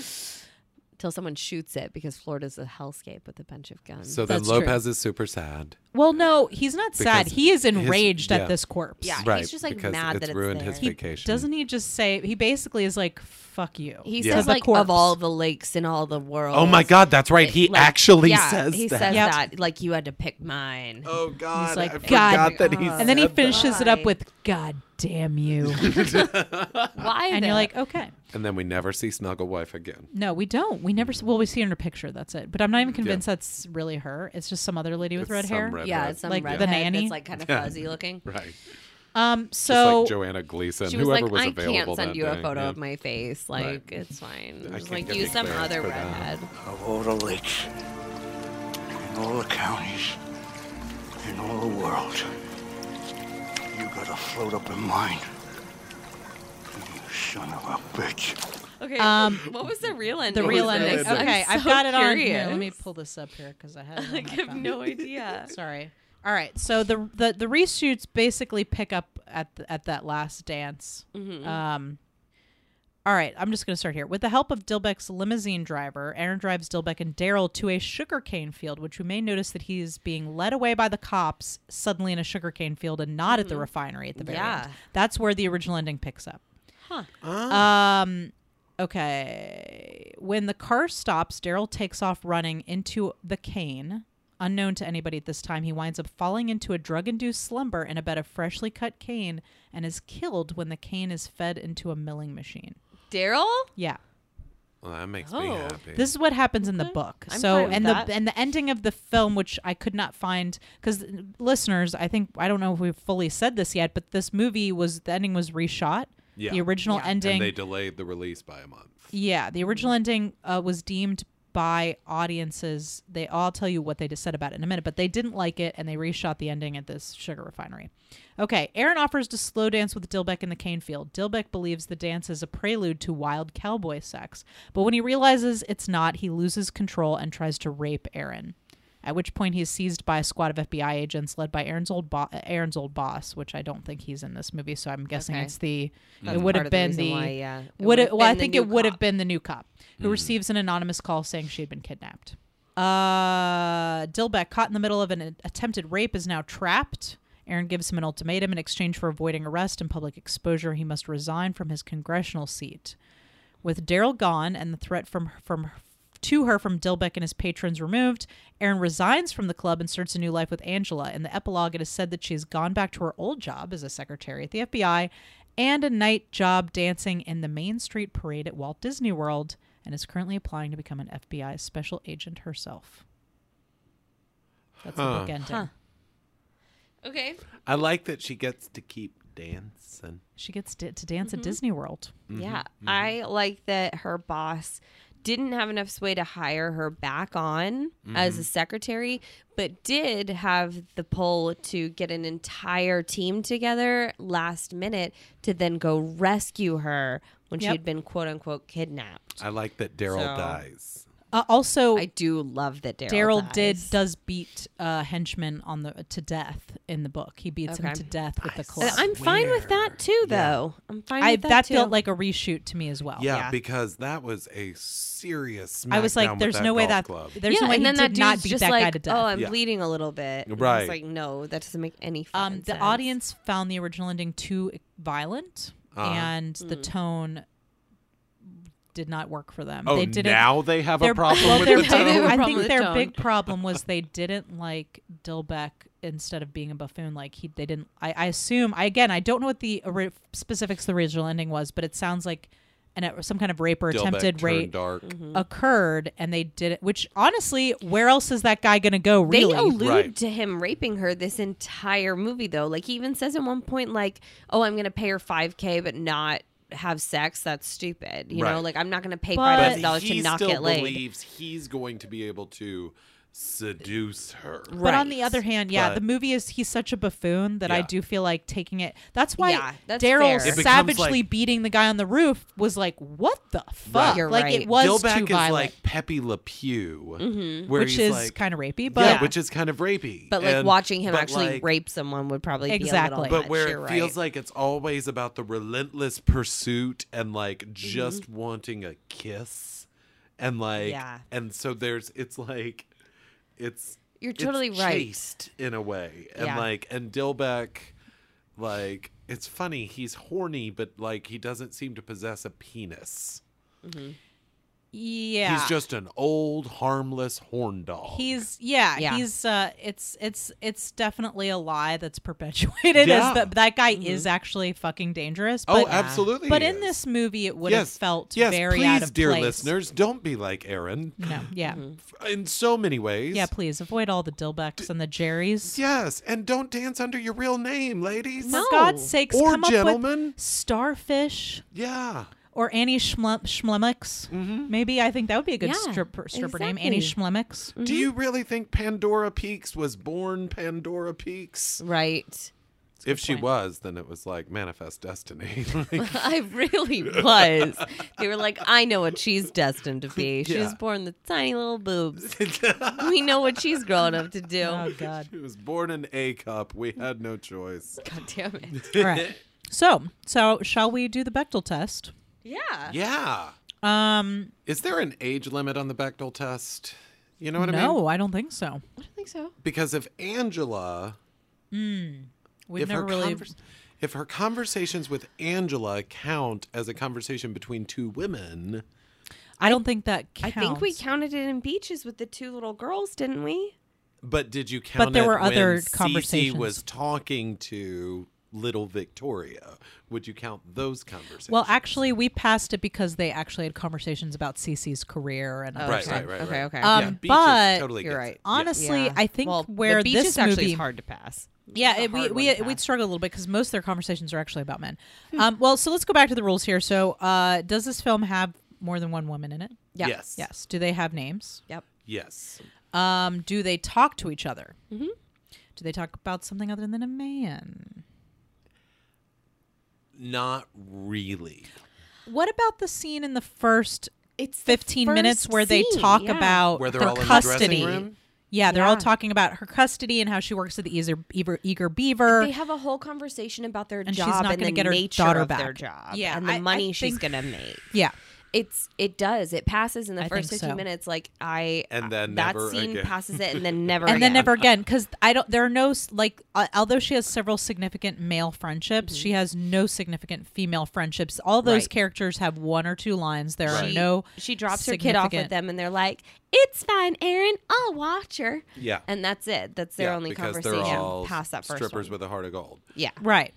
[SPEAKER 2] Till someone shoots it because Florida's a hellscape with a bunch of guns.
[SPEAKER 6] So then
[SPEAKER 5] That's true.
[SPEAKER 6] Lopez is super sad.
[SPEAKER 5] Well, no, he's not sad.
[SPEAKER 6] Because
[SPEAKER 5] He is
[SPEAKER 6] his-
[SPEAKER 5] enraged
[SPEAKER 6] yeah.
[SPEAKER 5] at this corpse.
[SPEAKER 2] Yeah, he's
[SPEAKER 6] right,
[SPEAKER 2] just, like,
[SPEAKER 6] because
[SPEAKER 2] mad
[SPEAKER 6] it's
[SPEAKER 2] that it's
[SPEAKER 6] ruined his
[SPEAKER 2] there. He
[SPEAKER 6] vacation.
[SPEAKER 5] Doesn't he just say he basically is like, "Fuck you"?
[SPEAKER 2] he
[SPEAKER 6] Yeah.
[SPEAKER 2] says
[SPEAKER 5] The
[SPEAKER 2] like
[SPEAKER 5] corpse.
[SPEAKER 2] of all the lakes in all the world.
[SPEAKER 6] Oh my God, that's right. He
[SPEAKER 2] Like,
[SPEAKER 6] actually
[SPEAKER 2] yeah,
[SPEAKER 6] says
[SPEAKER 2] he
[SPEAKER 6] that.
[SPEAKER 2] says
[SPEAKER 5] Yep.
[SPEAKER 2] that like you had to pick mine.
[SPEAKER 6] Oh God,
[SPEAKER 5] like,
[SPEAKER 6] I
[SPEAKER 5] "God
[SPEAKER 6] forgot that he.
[SPEAKER 2] damn it."
[SPEAKER 5] and then he
[SPEAKER 6] said that.
[SPEAKER 5] finishes it up
[SPEAKER 2] Why?
[SPEAKER 5] with, "God damn you,"
[SPEAKER 2] Why?
[SPEAKER 5] and
[SPEAKER 2] the-
[SPEAKER 5] you're like, "Okay,
[SPEAKER 6] And then we never see Snuggle Wife again.
[SPEAKER 5] no, we don't. We never. s- Well, we see her in her picture. That's it. But I'm not even convinced that's really her. It's just some other lady with
[SPEAKER 6] It's
[SPEAKER 5] red
[SPEAKER 6] some
[SPEAKER 5] hair.
[SPEAKER 6] redhead.
[SPEAKER 2] yeah, it's some
[SPEAKER 5] Like the
[SPEAKER 2] redhead
[SPEAKER 5] nanny?
[SPEAKER 2] that's like kind of fuzzy looking.
[SPEAKER 6] Right.
[SPEAKER 5] Um,
[SPEAKER 6] Just
[SPEAKER 5] so
[SPEAKER 6] like Joanna Gleason,
[SPEAKER 2] She was
[SPEAKER 6] whoever
[SPEAKER 2] like,
[SPEAKER 6] was
[SPEAKER 2] I
[SPEAKER 6] available.
[SPEAKER 2] can't send
[SPEAKER 6] that
[SPEAKER 2] you a
[SPEAKER 6] day.
[SPEAKER 2] photo
[SPEAKER 6] yeah.
[SPEAKER 2] of my face. Like, it's fine.
[SPEAKER 6] I can't
[SPEAKER 2] Just, like,
[SPEAKER 6] get
[SPEAKER 2] use
[SPEAKER 6] the
[SPEAKER 2] some
[SPEAKER 6] clearance
[SPEAKER 2] other
[SPEAKER 6] for that.
[SPEAKER 2] redhead.
[SPEAKER 3] of all the lakes, in all the counties, in all the world. You gotta float up in mine. You son of a bitch.
[SPEAKER 2] Okay.
[SPEAKER 5] Um,
[SPEAKER 2] what was the real ending?
[SPEAKER 5] the real
[SPEAKER 2] of
[SPEAKER 5] ending.
[SPEAKER 2] this? I'm
[SPEAKER 5] Okay, I've
[SPEAKER 2] so
[SPEAKER 5] got it on. Here,
[SPEAKER 2] curious.
[SPEAKER 5] let me pull this up here because I had it on
[SPEAKER 2] Like,
[SPEAKER 5] my
[SPEAKER 2] I have
[SPEAKER 5] phone.
[SPEAKER 2] no idea.
[SPEAKER 5] Sorry. All right. So the the the reshoots basically pick up at the, at that last dance. Um. All right, I'm just going to start here. With the help of Dilbeck's limousine driver, Aaron drives Dilbeck and Daryl to a sugarcane field, which we may notice that he's being led away by the cops suddenly in a sugarcane field and not at the refinery at the very
[SPEAKER 2] Yeah.
[SPEAKER 5] end. That's where the original ending picks up. Um okay. When the car stops, Daryl takes off running into the cane. Unknown to anybody at this time, he winds up falling into a drug-induced slumber in a bed of freshly cut cane and is killed when the cane is fed into a milling machine.
[SPEAKER 2] Daryl?
[SPEAKER 5] Yeah.
[SPEAKER 6] Well, that makes me
[SPEAKER 2] Oh.
[SPEAKER 6] happy.
[SPEAKER 5] This is what happens in the book.
[SPEAKER 2] I'm
[SPEAKER 5] so
[SPEAKER 2] fine with
[SPEAKER 5] and
[SPEAKER 2] that.
[SPEAKER 5] the and the ending of the film, which I could not find, because listeners, I think I don't know if we've fully said this yet, but this movie was the ending was reshot.
[SPEAKER 6] Yeah.
[SPEAKER 5] The original ending.
[SPEAKER 6] and they delayed the release by a month.
[SPEAKER 5] Yeah, the original ending uh, was deemed by audiences. They all tell you what they just said about it in a minute, but they didn't like it and they reshot the ending at this sugar refinery. Okay, Aaron offers to slow dance with Dilbeck in the cane field. Dilbeck believes the dance is a prelude to wild cowboy sex, but when he realizes it's not, he loses control and tries to rape Aaron. At which point he is seized by a squad of FBI agents led by Aaron's old bo- Aaron's old boss, which I don't think he's in this movie, so I'm guessing
[SPEAKER 2] Okay.
[SPEAKER 5] it's the it would have
[SPEAKER 2] part of the
[SPEAKER 5] been the,
[SPEAKER 2] reason why, yeah. It
[SPEAKER 5] would
[SPEAKER 2] would've
[SPEAKER 5] it, well I
[SPEAKER 2] been the
[SPEAKER 5] think
[SPEAKER 2] new
[SPEAKER 5] it would have
[SPEAKER 2] cop. Hmm.
[SPEAKER 5] been the new cop who receives an anonymous call saying she had been kidnapped. Uh, Dilbeck, caught in the middle of an a- attempted rape, is now trapped. Aaron gives him an ultimatum in exchange for avoiding arrest and public exposure. He must resign from his congressional seat. With Daryl gone and the threat from from to her from Dilbeck and his patrons removed, Aaron resigns from the club and starts a new life with Angela. In the epilogue, it is said that she has gone back to her old job as a secretary at the FBI and a night job dancing in the Main Street Parade at Walt Disney World and is currently applying to become an FBI special agent herself. That's the book ending.
[SPEAKER 2] Okay.
[SPEAKER 6] I like that she gets to keep dancing.
[SPEAKER 5] She gets to, to dance at Disney World.
[SPEAKER 2] Yeah. I like that her boss didn't have enough sway to hire her back on as a secretary, but did have the pull to get an entire team together last minute to then go rescue her when she
[SPEAKER 5] Yep.
[SPEAKER 2] had been quote unquote kidnapped.
[SPEAKER 6] I like that Daryl
[SPEAKER 2] So-
[SPEAKER 6] dies.
[SPEAKER 5] Uh, also,
[SPEAKER 2] I do love that Daryl.
[SPEAKER 5] Daryl did
[SPEAKER 2] dies.
[SPEAKER 5] does beat uh, henchman on the to death in the book. He beats him
[SPEAKER 2] Okay.
[SPEAKER 5] to death with the
[SPEAKER 2] And
[SPEAKER 5] club.
[SPEAKER 2] I'm fine with that too, though. I'm fine
[SPEAKER 5] I
[SPEAKER 2] with
[SPEAKER 5] that,
[SPEAKER 2] that, too.
[SPEAKER 5] felt like a reshoot to me as well.
[SPEAKER 6] Yeah, because that was a serious.
[SPEAKER 5] Oh, I was
[SPEAKER 6] smackdown
[SPEAKER 5] like,
[SPEAKER 6] with
[SPEAKER 5] "There's
[SPEAKER 6] that
[SPEAKER 5] no way
[SPEAKER 6] golf
[SPEAKER 5] that
[SPEAKER 6] club.
[SPEAKER 5] there's no way he did not
[SPEAKER 2] dude's
[SPEAKER 5] beat that
[SPEAKER 2] like,
[SPEAKER 5] guy to death."
[SPEAKER 2] Oh, I'm
[SPEAKER 6] Yeah.
[SPEAKER 2] bleeding a little bit. And
[SPEAKER 6] Right.
[SPEAKER 2] It's like, no, that doesn't make any fucking
[SPEAKER 5] um, the
[SPEAKER 2] sense.
[SPEAKER 5] audience found the original ending too violent,
[SPEAKER 6] Uh-huh.
[SPEAKER 5] and the
[SPEAKER 2] Hmm.
[SPEAKER 5] tone did not work for them.
[SPEAKER 6] Oh,
[SPEAKER 5] they didn't.
[SPEAKER 6] now they have a
[SPEAKER 5] their-
[SPEAKER 6] problem
[SPEAKER 5] well,
[SPEAKER 6] with
[SPEAKER 5] their
[SPEAKER 6] the
[SPEAKER 5] big-
[SPEAKER 2] tone?
[SPEAKER 5] I
[SPEAKER 2] Problem
[SPEAKER 5] think
[SPEAKER 2] with
[SPEAKER 5] their
[SPEAKER 2] tone.
[SPEAKER 5] big problem was they didn't like Dilbeck instead of being a buffoon. Like he, they didn't. I, I assume. I again, I don't know what the ori- specifics of the original ending was, but it sounds like an uh, some kind of rape or
[SPEAKER 6] Dilbeck
[SPEAKER 5] attempted
[SPEAKER 6] turned
[SPEAKER 5] rape Mhm.
[SPEAKER 6] dark.
[SPEAKER 5] occurred, and they did it. Which honestly, where else is that guy going to go?
[SPEAKER 2] They
[SPEAKER 5] Really?
[SPEAKER 2] allude
[SPEAKER 6] Right.
[SPEAKER 2] to him raping her this entire movie, though. Like he even says at one point, like, "Oh, I'm gonna pay her 5k, but not have sex, that's stupid. You know,
[SPEAKER 6] Right.
[SPEAKER 2] like I'm not going to pay
[SPEAKER 5] But-
[SPEAKER 2] five
[SPEAKER 6] But
[SPEAKER 2] thousand dollars
[SPEAKER 6] he
[SPEAKER 2] to not
[SPEAKER 6] still
[SPEAKER 2] get laid.
[SPEAKER 6] believes he's going to be able to seduce her.
[SPEAKER 5] But on the
[SPEAKER 2] Right.
[SPEAKER 5] other hand, yeah,
[SPEAKER 6] But-
[SPEAKER 5] the movie is he's such a buffoon that I
[SPEAKER 6] Yeah.
[SPEAKER 5] do feel like taking it. That's why
[SPEAKER 2] Yeah, that's
[SPEAKER 5] Daryl
[SPEAKER 2] fair. It
[SPEAKER 6] becomes
[SPEAKER 5] savagely
[SPEAKER 6] like-
[SPEAKER 5] beating the guy on the roof was like, what the fuck?
[SPEAKER 2] You're
[SPEAKER 5] like
[SPEAKER 2] right.
[SPEAKER 5] it was
[SPEAKER 6] Dillback
[SPEAKER 5] too
[SPEAKER 6] is
[SPEAKER 5] violent, Mm-hmm.
[SPEAKER 6] like Pepe Le Pew, where
[SPEAKER 5] which
[SPEAKER 6] he's
[SPEAKER 5] is
[SPEAKER 6] like,
[SPEAKER 5] kind of rapey. But
[SPEAKER 6] yeah, which is kind of rapey.
[SPEAKER 2] But like
[SPEAKER 6] And-
[SPEAKER 2] watching him
[SPEAKER 6] but,
[SPEAKER 2] actually
[SPEAKER 6] like,
[SPEAKER 2] rape someone would probably
[SPEAKER 5] Exactly.
[SPEAKER 2] be a little
[SPEAKER 6] But
[SPEAKER 2] much.
[SPEAKER 6] where
[SPEAKER 2] You're
[SPEAKER 6] it feels
[SPEAKER 2] right.
[SPEAKER 6] like it's always about the relentless pursuit and
[SPEAKER 5] Mm-hmm.
[SPEAKER 6] like just wanting a kiss, and like,
[SPEAKER 2] Yeah.
[SPEAKER 6] and so there's it's like, it's
[SPEAKER 2] You're
[SPEAKER 6] it's
[SPEAKER 2] totally right.
[SPEAKER 6] chased in a way, and
[SPEAKER 2] Yeah.
[SPEAKER 6] like, and Dilbeck, like, it's funny he's horny, but like he doesn't seem to possess a penis.
[SPEAKER 5] yeah,
[SPEAKER 6] He's just an old harmless horn dog.
[SPEAKER 5] He's yeah,
[SPEAKER 2] Yeah.
[SPEAKER 5] he's uh it's it's it's definitely a lie that's perpetuated
[SPEAKER 6] Yeah.
[SPEAKER 5] as that that guy
[SPEAKER 2] Mm-hmm.
[SPEAKER 5] is actually fucking dangerous.
[SPEAKER 6] oh,
[SPEAKER 5] But,
[SPEAKER 6] absolutely.
[SPEAKER 5] But
[SPEAKER 6] he
[SPEAKER 5] in
[SPEAKER 6] is.
[SPEAKER 5] this movie it would have
[SPEAKER 6] yes,
[SPEAKER 5] felt
[SPEAKER 6] yes,
[SPEAKER 5] very
[SPEAKER 6] please,
[SPEAKER 5] out of
[SPEAKER 6] dear
[SPEAKER 5] place.
[SPEAKER 6] listeners, don't be like Aaron
[SPEAKER 5] No, yeah.
[SPEAKER 2] Mm-hmm.
[SPEAKER 6] in so many ways.
[SPEAKER 5] Yeah, please avoid all the Dilbecks and the Jerrys.
[SPEAKER 6] Yes, and don't dance under your real name, ladies.
[SPEAKER 5] For God's sakes,
[SPEAKER 6] Or
[SPEAKER 5] come up
[SPEAKER 6] gentlemen.
[SPEAKER 5] with Starfish
[SPEAKER 6] Yeah.
[SPEAKER 5] or Annie Schlem- Schlemix.
[SPEAKER 6] Mm-hmm.
[SPEAKER 5] Maybe I think that would be a good
[SPEAKER 2] Yeah,
[SPEAKER 5] stripper, stripper name, Annie
[SPEAKER 2] exactly.
[SPEAKER 5] Schlemix.
[SPEAKER 6] Do you really think Pandora Peaks was born Pandora Peaks?
[SPEAKER 2] right.
[SPEAKER 6] If she was, then it was like manifest destiny.
[SPEAKER 5] Oh,
[SPEAKER 6] Like,
[SPEAKER 2] I really was. They were like, I know what she's destined to be. She was
[SPEAKER 6] Yeah.
[SPEAKER 2] born with tiny little boobs. we know what she's grown up to do.
[SPEAKER 5] Oh God! Oh,
[SPEAKER 6] she was born an A cup. We had no choice.
[SPEAKER 2] God damn it.
[SPEAKER 5] All right. So, so shall we do the Bechtel test?
[SPEAKER 2] Yeah.
[SPEAKER 6] Yeah.
[SPEAKER 5] Um,
[SPEAKER 6] Is there an age limit on the Bechdel test? You know what I mean?
[SPEAKER 5] no, I don't think so.
[SPEAKER 2] I don't think so.
[SPEAKER 6] Because if Angela,
[SPEAKER 5] We've
[SPEAKER 6] if
[SPEAKER 5] never
[SPEAKER 6] her
[SPEAKER 5] really.
[SPEAKER 6] convers- if her conversations with Angela count as a conversation between two women,
[SPEAKER 5] I don't think that.
[SPEAKER 2] I
[SPEAKER 5] Counts.
[SPEAKER 2] think we counted it in beaches with the two little girls, didn't we?
[SPEAKER 6] But did you count?
[SPEAKER 5] there
[SPEAKER 6] it
[SPEAKER 5] were
[SPEAKER 6] when
[SPEAKER 5] other
[SPEAKER 6] Cece
[SPEAKER 5] conversations.
[SPEAKER 6] was talking to little Victoria. Would you count those conversations?
[SPEAKER 5] Well, actually, we passed it because they actually had conversations about Cece's career and other
[SPEAKER 6] right,
[SPEAKER 5] stuff.
[SPEAKER 6] right, right,
[SPEAKER 2] Oh, Okay,
[SPEAKER 6] right.
[SPEAKER 2] okay.
[SPEAKER 6] Yeah,
[SPEAKER 5] Um,
[SPEAKER 6] Beaches
[SPEAKER 5] but-
[SPEAKER 6] totally
[SPEAKER 2] You're
[SPEAKER 6] gets
[SPEAKER 2] right.
[SPEAKER 6] it.
[SPEAKER 5] Honestly,
[SPEAKER 2] Yeah.
[SPEAKER 5] I think
[SPEAKER 2] Well,
[SPEAKER 5] where
[SPEAKER 2] the beaches
[SPEAKER 5] this
[SPEAKER 2] actually
[SPEAKER 5] movie
[SPEAKER 2] is hard to pass. It's
[SPEAKER 5] Yeah,
[SPEAKER 2] a
[SPEAKER 5] it, we
[SPEAKER 2] hard
[SPEAKER 5] we
[SPEAKER 2] one to
[SPEAKER 5] we'd
[SPEAKER 2] pass.
[SPEAKER 5] struggle a little bit because most of their conversations are actually about men.
[SPEAKER 6] Hmm.
[SPEAKER 5] Um, well, so let's go back to the rules here. So, uh, does this film have more than one woman in it?
[SPEAKER 2] Yeah.
[SPEAKER 6] Yes.
[SPEAKER 5] Yes. Do they have names?
[SPEAKER 2] Yep.
[SPEAKER 6] Yes.
[SPEAKER 5] Um, do they talk to each other? Mm-hmm. Do they talk about something other than a man?
[SPEAKER 6] Not really.
[SPEAKER 5] What about the scene in the first
[SPEAKER 2] It's the
[SPEAKER 5] fifteen
[SPEAKER 2] first
[SPEAKER 5] minutes where they
[SPEAKER 2] scene,
[SPEAKER 5] talk
[SPEAKER 2] yeah.
[SPEAKER 5] about
[SPEAKER 6] Where they're
[SPEAKER 5] her
[SPEAKER 6] all in the dressing
[SPEAKER 5] Oh, custody?
[SPEAKER 6] room?
[SPEAKER 5] Yeah, they're all
[SPEAKER 2] Yeah.
[SPEAKER 5] talking about her custody and how she works at the Eager Eager, Eager Beaver.
[SPEAKER 2] They have a whole conversation about their
[SPEAKER 5] And she's
[SPEAKER 2] job
[SPEAKER 5] not
[SPEAKER 2] and
[SPEAKER 5] gonna
[SPEAKER 2] the
[SPEAKER 5] get her
[SPEAKER 2] nature
[SPEAKER 5] daughter
[SPEAKER 2] of their
[SPEAKER 5] back.
[SPEAKER 2] job.
[SPEAKER 5] Yeah,
[SPEAKER 2] and the
[SPEAKER 5] I- I
[SPEAKER 2] money she's
[SPEAKER 5] think-
[SPEAKER 2] gonna make.
[SPEAKER 5] yeah.
[SPEAKER 2] It's it does. It passes in the
[SPEAKER 5] I
[SPEAKER 2] first
[SPEAKER 5] think
[SPEAKER 2] fifteen
[SPEAKER 5] so.
[SPEAKER 2] minutes. Like I
[SPEAKER 6] And then
[SPEAKER 2] that
[SPEAKER 6] never
[SPEAKER 2] scene
[SPEAKER 6] again.
[SPEAKER 2] passes it, and then never,
[SPEAKER 5] and then
[SPEAKER 2] again.
[SPEAKER 5] never again because i don't there are no s- like uh, although she has several significant male friendships she has no significant female friendships all those
[SPEAKER 2] Mm-hmm. Right.
[SPEAKER 5] characters have one or two lines there are
[SPEAKER 2] She-
[SPEAKER 5] no
[SPEAKER 2] She drops her kid off with
[SPEAKER 5] significant-
[SPEAKER 2] them, and they're like, "It's fine, Aaron. I'll watch her."
[SPEAKER 6] Yeah.
[SPEAKER 2] and that's it. That's their
[SPEAKER 6] Yeah,
[SPEAKER 2] only
[SPEAKER 6] because
[SPEAKER 2] conversation
[SPEAKER 6] They're all
[SPEAKER 2] past that first
[SPEAKER 6] strippers
[SPEAKER 2] one.
[SPEAKER 6] with a heart of gold.
[SPEAKER 2] yeah.
[SPEAKER 5] right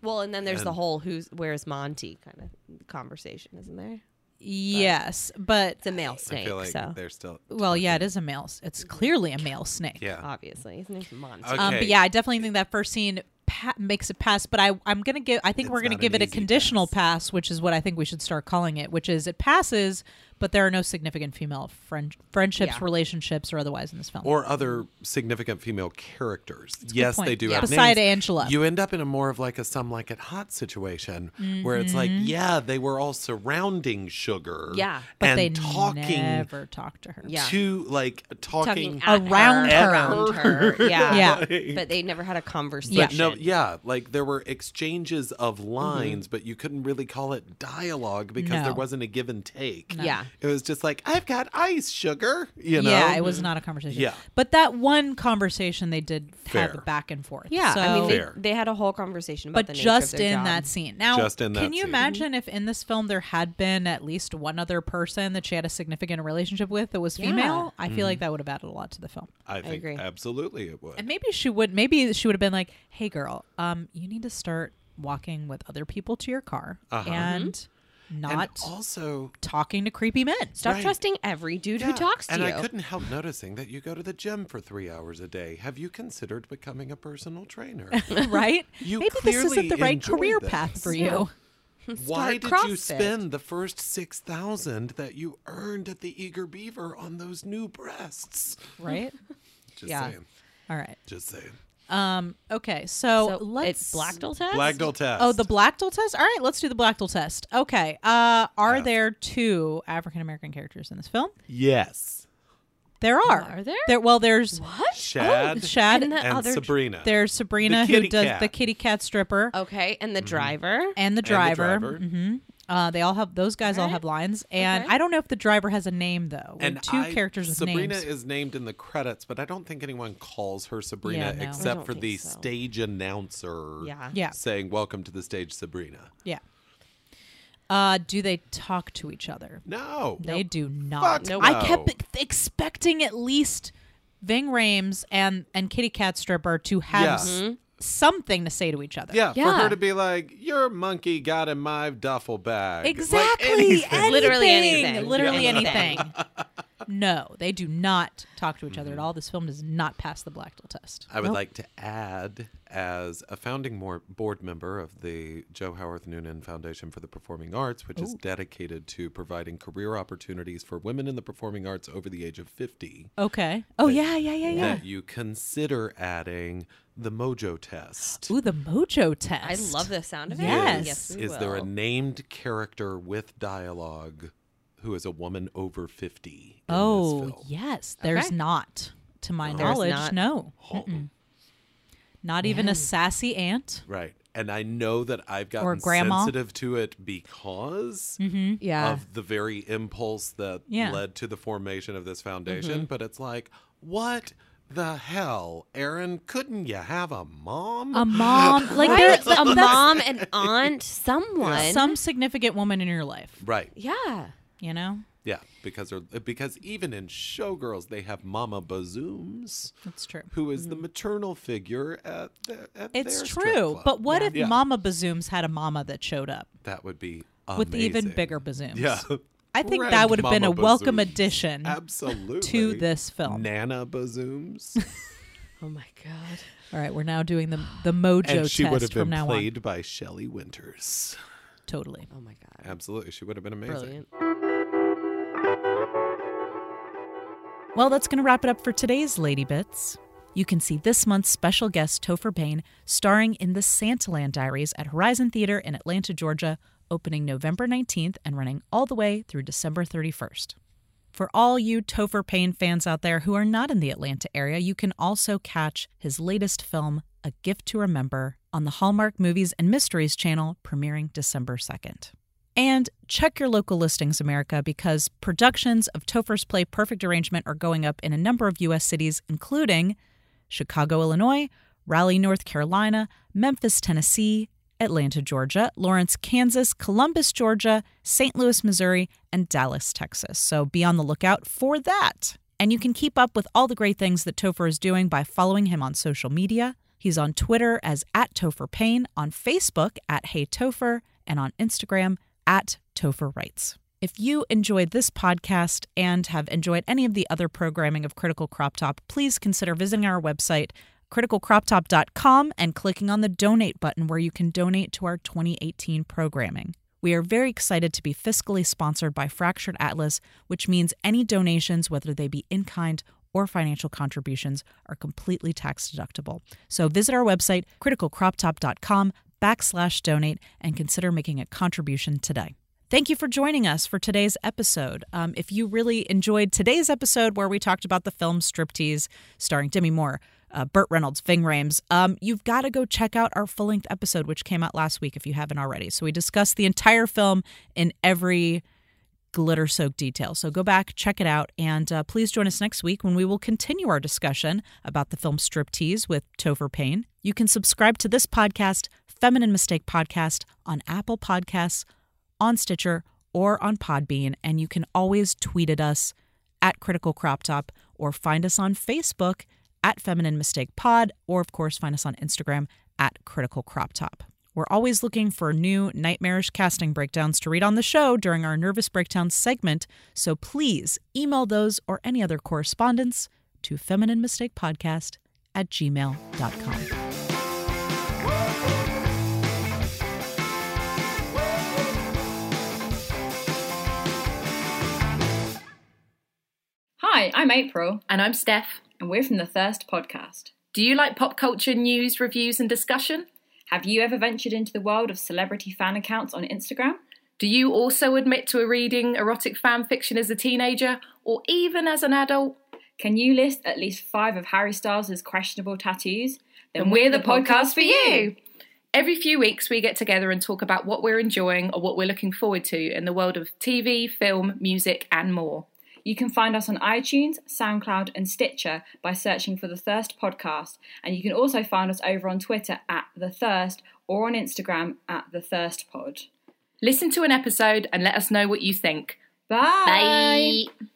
[SPEAKER 2] Well, and then there's the
[SPEAKER 6] And-
[SPEAKER 2] whole "Who's where's Monty?" kind of conversation, isn't there?
[SPEAKER 5] yes but
[SPEAKER 2] It's a male
[SPEAKER 6] I
[SPEAKER 2] snake,
[SPEAKER 6] feel like
[SPEAKER 2] so
[SPEAKER 6] they're still.
[SPEAKER 5] well yeah it is a male s- it's clearly a male snake
[SPEAKER 6] Yeah.
[SPEAKER 2] obviously his name's Monty.
[SPEAKER 6] Okay.
[SPEAKER 5] um but yeah i definitely think that first scene pa- makes it pass but i i'm gonna give i think
[SPEAKER 6] It's
[SPEAKER 5] we're gonna
[SPEAKER 6] not an
[SPEAKER 5] give it a
[SPEAKER 6] easy
[SPEAKER 5] conditional pass. which is what i think we should start calling it which is it passes but there are no significant female friend- friendships
[SPEAKER 2] Yeah.
[SPEAKER 5] relationships or otherwise in this film
[SPEAKER 6] Or other significant female characters. yes,
[SPEAKER 5] point.
[SPEAKER 6] they do
[SPEAKER 5] Yeah.
[SPEAKER 6] have
[SPEAKER 5] Beside
[SPEAKER 6] names.
[SPEAKER 5] Angela.
[SPEAKER 6] You end up in a more of like a some like it hot situation where it's like,
[SPEAKER 5] Mm-hmm.
[SPEAKER 6] yeah, they were all surrounding sugar.
[SPEAKER 2] Yeah.
[SPEAKER 5] but
[SPEAKER 6] and
[SPEAKER 5] they
[SPEAKER 6] talking
[SPEAKER 5] never talk to her
[SPEAKER 2] Yeah.
[SPEAKER 6] to like talking,
[SPEAKER 2] at
[SPEAKER 5] around her.
[SPEAKER 2] around her. Yeah,
[SPEAKER 5] Yeah.
[SPEAKER 2] But they never had a conversation.
[SPEAKER 6] but no yeah like there were exchanges of
[SPEAKER 5] Mm-hmm.
[SPEAKER 6] lines but you couldn't really call it dialogue because
[SPEAKER 5] No.
[SPEAKER 6] there wasn't a give and take
[SPEAKER 2] Yeah.
[SPEAKER 6] it was just like i've got ice sugar you know
[SPEAKER 5] Yeah, it was not a conversation.
[SPEAKER 6] Yeah.
[SPEAKER 5] But that one conversation they did have
[SPEAKER 6] Fair.
[SPEAKER 5] a back and forth.
[SPEAKER 2] Yeah, I mean,
[SPEAKER 5] So-
[SPEAKER 2] they,
[SPEAKER 6] Fair.
[SPEAKER 2] they had a whole conversation about
[SPEAKER 5] but
[SPEAKER 2] the nature of
[SPEAKER 5] just
[SPEAKER 2] their
[SPEAKER 5] in
[SPEAKER 2] job.
[SPEAKER 5] that scene. Now,
[SPEAKER 6] Just in that
[SPEAKER 5] can you
[SPEAKER 6] scene.
[SPEAKER 5] imagine if in this film there had been at least one other person that she had a significant relationship with that was female? I feel like
[SPEAKER 6] Mm-hmm.
[SPEAKER 5] that would have added a lot to the film.
[SPEAKER 6] i think
[SPEAKER 2] agree.
[SPEAKER 6] absolutely it would
[SPEAKER 5] And maybe she would. Maybe she would have been like, "Hey, girl, um, you need to start walking with other people to your car and
[SPEAKER 6] Uh-huh.
[SPEAKER 2] Mm-hmm.
[SPEAKER 6] and
[SPEAKER 5] not
[SPEAKER 6] also
[SPEAKER 5] talking to creepy men."
[SPEAKER 2] Stop
[SPEAKER 6] Right.
[SPEAKER 2] trusting every dude
[SPEAKER 6] Yeah,
[SPEAKER 2] who talks to
[SPEAKER 6] and
[SPEAKER 2] you.
[SPEAKER 6] I couldn't help noticing that you go to the gym for three hours a day. Have you considered becoming a personal trainer?
[SPEAKER 5] right?
[SPEAKER 6] You
[SPEAKER 5] Maybe this isn't
[SPEAKER 6] clearly
[SPEAKER 5] the right
[SPEAKER 6] enjoyed
[SPEAKER 5] career
[SPEAKER 6] this.
[SPEAKER 5] path for you.
[SPEAKER 6] Why
[SPEAKER 2] Start
[SPEAKER 6] did you
[SPEAKER 2] CrossFit.
[SPEAKER 6] spend the first 6,000 that you earned at the Eager Beaver on those new breasts?
[SPEAKER 7] right?
[SPEAKER 6] Just
[SPEAKER 2] Yeah.
[SPEAKER 6] saying.
[SPEAKER 7] All right.
[SPEAKER 6] Just saying.
[SPEAKER 7] Um. Okay. So,
[SPEAKER 2] So
[SPEAKER 7] let's
[SPEAKER 2] it's Blackdale test.
[SPEAKER 6] Blackdoll test.
[SPEAKER 7] Oh, the Blackdale test. All right, let's do the Blackdale test. Okay. Uh, are there two African American characters in this film?
[SPEAKER 6] Yes.
[SPEAKER 7] There are.
[SPEAKER 2] Are there?
[SPEAKER 7] well, there's
[SPEAKER 2] What?
[SPEAKER 6] Chad
[SPEAKER 7] Shad.
[SPEAKER 2] And Oh, the-
[SPEAKER 6] Oh, and
[SPEAKER 2] other-
[SPEAKER 6] Sabrina.
[SPEAKER 7] there's Sabrina
[SPEAKER 6] The
[SPEAKER 7] who
[SPEAKER 6] kitty
[SPEAKER 7] does
[SPEAKER 6] cat.
[SPEAKER 7] the kitty cat stripper
[SPEAKER 2] Okay, Oh. and the
[SPEAKER 6] Mm-hmm.
[SPEAKER 2] driver. Mm-hmm.
[SPEAKER 7] and the
[SPEAKER 6] And the
[SPEAKER 7] driver.
[SPEAKER 6] driver.
[SPEAKER 7] hmm Uh, they all have those guys all have lines, and
[SPEAKER 2] Okay.
[SPEAKER 7] I don't know if the driver has a name though. We have two
[SPEAKER 6] I-
[SPEAKER 7] characters with
[SPEAKER 6] Sabrina
[SPEAKER 7] names.
[SPEAKER 6] is named in the credits, but I don't think anyone calls her Sabrina
[SPEAKER 7] Yeah, no. I
[SPEAKER 6] except
[SPEAKER 2] don't
[SPEAKER 6] for
[SPEAKER 2] think
[SPEAKER 6] the
[SPEAKER 2] so.
[SPEAKER 6] stage announcer
[SPEAKER 2] Yeah.
[SPEAKER 7] yeah,
[SPEAKER 6] saying, Welcome to the stage, Sabrina.
[SPEAKER 7] yeah. Uh, do they talk to each other?
[SPEAKER 6] No.
[SPEAKER 7] They do not.
[SPEAKER 6] Fuck Nope.
[SPEAKER 7] I kept
[SPEAKER 6] no.
[SPEAKER 7] ex- expecting at least Ving Rames and and Kitty Cat Stripper to have
[SPEAKER 6] Yeah.
[SPEAKER 7] s-
[SPEAKER 2] Mm-hmm.
[SPEAKER 7] something to say to each other.
[SPEAKER 6] Yeah, for
[SPEAKER 2] Yeah.
[SPEAKER 6] her to be like, Your monkey got in my duffel bag. Like,
[SPEAKER 7] Exactly.
[SPEAKER 6] anything.
[SPEAKER 7] anything.
[SPEAKER 2] Literally anything.
[SPEAKER 7] Literally
[SPEAKER 2] Yeah.
[SPEAKER 7] anything. no, they do not talk to each other at all. This film does not pass the Blackdale test.
[SPEAKER 6] Mm-hmm. I would like to add, as a founding mor- board member of the Joe Howarth Noonan Foundation for the Performing Arts, which is dedicated to providing career opportunities for women in the performing arts over the age of 50,
[SPEAKER 7] Okay. Oh yeah, yeah, yeah, yeah.
[SPEAKER 6] that you consider adding the mojo test.
[SPEAKER 7] Ooh, the Mojo test.
[SPEAKER 2] I love the sound of it.
[SPEAKER 7] Yes.
[SPEAKER 2] yes we
[SPEAKER 6] Is there a
[SPEAKER 2] will.
[SPEAKER 6] named character with dialogue who is a woman over 50? in this
[SPEAKER 7] Oh
[SPEAKER 6] film?
[SPEAKER 7] yes, there's
[SPEAKER 2] Okay.
[SPEAKER 7] not, to my
[SPEAKER 2] There's
[SPEAKER 7] knowledge,
[SPEAKER 2] not.
[SPEAKER 7] no,
[SPEAKER 6] Oh,
[SPEAKER 7] not even a sassy aunt.
[SPEAKER 6] Right. And I know that I've gotten
[SPEAKER 7] grandma. Mm-hmm.
[SPEAKER 6] sensitive to it because
[SPEAKER 2] Yeah.
[SPEAKER 6] of the very impulse that
[SPEAKER 7] Yeah.
[SPEAKER 6] led to the formation of this foundation. But it's like, what the hell, Aaron? Couldn't you have a mom?
[SPEAKER 7] A mom, like
[SPEAKER 2] Right?
[SPEAKER 7] there's
[SPEAKER 2] a
[SPEAKER 7] um, that's
[SPEAKER 2] mom, an aunt, someone.
[SPEAKER 7] some significant woman in your life,
[SPEAKER 6] right.
[SPEAKER 2] yeah.
[SPEAKER 7] you know.
[SPEAKER 6] Yeah. Because they're, because even in Showgirls, they have Mama Bazooms,
[SPEAKER 7] That's true.
[SPEAKER 6] who is the maternal figure at the at
[SPEAKER 7] Mm-hmm. It's
[SPEAKER 6] their strip
[SPEAKER 7] true,
[SPEAKER 6] club.
[SPEAKER 7] but what if
[SPEAKER 6] Yeah.
[SPEAKER 7] Mama Bazooms had a mama that showed up
[SPEAKER 6] that would be
[SPEAKER 7] with even
[SPEAKER 6] amazing.
[SPEAKER 7] bigger bazooms?
[SPEAKER 6] Yeah.
[SPEAKER 7] I think
[SPEAKER 6] Grand
[SPEAKER 7] that would have been a
[SPEAKER 6] Mama
[SPEAKER 7] welcome
[SPEAKER 6] Bazooms.
[SPEAKER 7] addition
[SPEAKER 6] Absolutely.
[SPEAKER 7] to this film.
[SPEAKER 6] Nana Bazooms.
[SPEAKER 2] Oh my god.
[SPEAKER 7] All right, we're now doing the the mojo
[SPEAKER 6] and she would
[SPEAKER 7] test
[SPEAKER 6] have
[SPEAKER 7] from
[SPEAKER 6] been
[SPEAKER 7] now
[SPEAKER 6] played by Shelley Winters.
[SPEAKER 7] on. Totally.
[SPEAKER 2] Oh my god.
[SPEAKER 6] Absolutely, she would have been amazing.
[SPEAKER 2] Brilliant.
[SPEAKER 5] Well, that's going to wrap it up for today's Lady Bits. You can see this month's special guest, Topher Payne, starring in the Santaland Diaries at Horizon Theater in Atlanta, Georgia, opening November 19th and running all the way through December 31st. For all you Topher Payne fans out there who are not in the Atlanta area, you can also catch his latest film, A Gift to Remember, on the Hallmark Movies and Mysteries channel, premiering December 2nd. And check your local listings, America, because productions of Topher's play Perfect Arrangement are going up in a number of U.S. cities, including Chicago, Illinois, Raleigh, North Carolina, Memphis, Tennessee, Atlanta, Georgia, Lawrence, Kansas, Columbus, Georgia, St. Louis, Missouri, and Dallas, Texas. So be on the lookout for that. And you can keep up with all the great things that Topher is doing by following him on social media. He's on Twitter as at Topher Payne, on Facebook at Hey Topher, and on Instagram at Topher Writes. If you enjoyed this podcast and have enjoyed any of the other programming of Critical Crop Top, please consider visiting our website, criticalcroptop.com, and clicking on the donate button where you can donate to our 2018 programming. We are very excited to be fiscally sponsored by Fractured Atlas, which means any donations, whether they be in kind or financial contributions, are completely tax deductible. So visit our website, criticalcroptop.com backslash donate, and consider making a contribution today. Thank you for joining us for today's episode. Um, if you really enjoyed today's episode where we talked about the film Striptease starring Demi Moore, uh, Burt Reynolds, Ving Rhames, um, you've got to go check out our full length episode, which came out last week if you haven't already. So we discussed the entire film in every glitter soaked detail. So go back, check it out, and uh, please join us next week when we will continue our discussion about the film Striptease with Topher Payne. You can subscribe to this podcast, Feminine Mistake Podcast, on Apple Podcasts, on Stitcher, or on Podbean, and you can always tweet at us at Critical Crop Top or find us on Facebook at Feminine Mistake Pod, or of course, find us on Instagram at Critical Crop Top. We're always looking for new nightmarish casting breakdowns to read on the show during our Nervous Breakdown segment, so please email those or any other correspondence to Feminine Mistake Podcast at gmail.com.
[SPEAKER 8] Woo!
[SPEAKER 9] Hi, I'm April. And I'm Steph. And we're from the Thirst Podcast.
[SPEAKER 10] Do you like pop culture news, reviews, and discussion?
[SPEAKER 9] Have you ever ventured into the world of celebrity fan accounts on Instagram?
[SPEAKER 10] Do you also admit to reading erotic fan fiction as a teenager or even as an adult?
[SPEAKER 9] Can you list at least five of Harry Styles' questionable tattoos? Then we're the podcast for you.
[SPEAKER 10] Every few weeks, we get together and talk about what we're enjoying or what we're looking forward to in the world of TV, film, music, and more.
[SPEAKER 9] You can find us on iTunes, SoundCloud, and Stitcher by searching for The Thirst Podcast. And you can also find us over on Twitter at The Thirst or on Instagram at The Thirst Pod.
[SPEAKER 10] Listen to an episode and let us know what you think.
[SPEAKER 9] Bye.
[SPEAKER 10] Bye.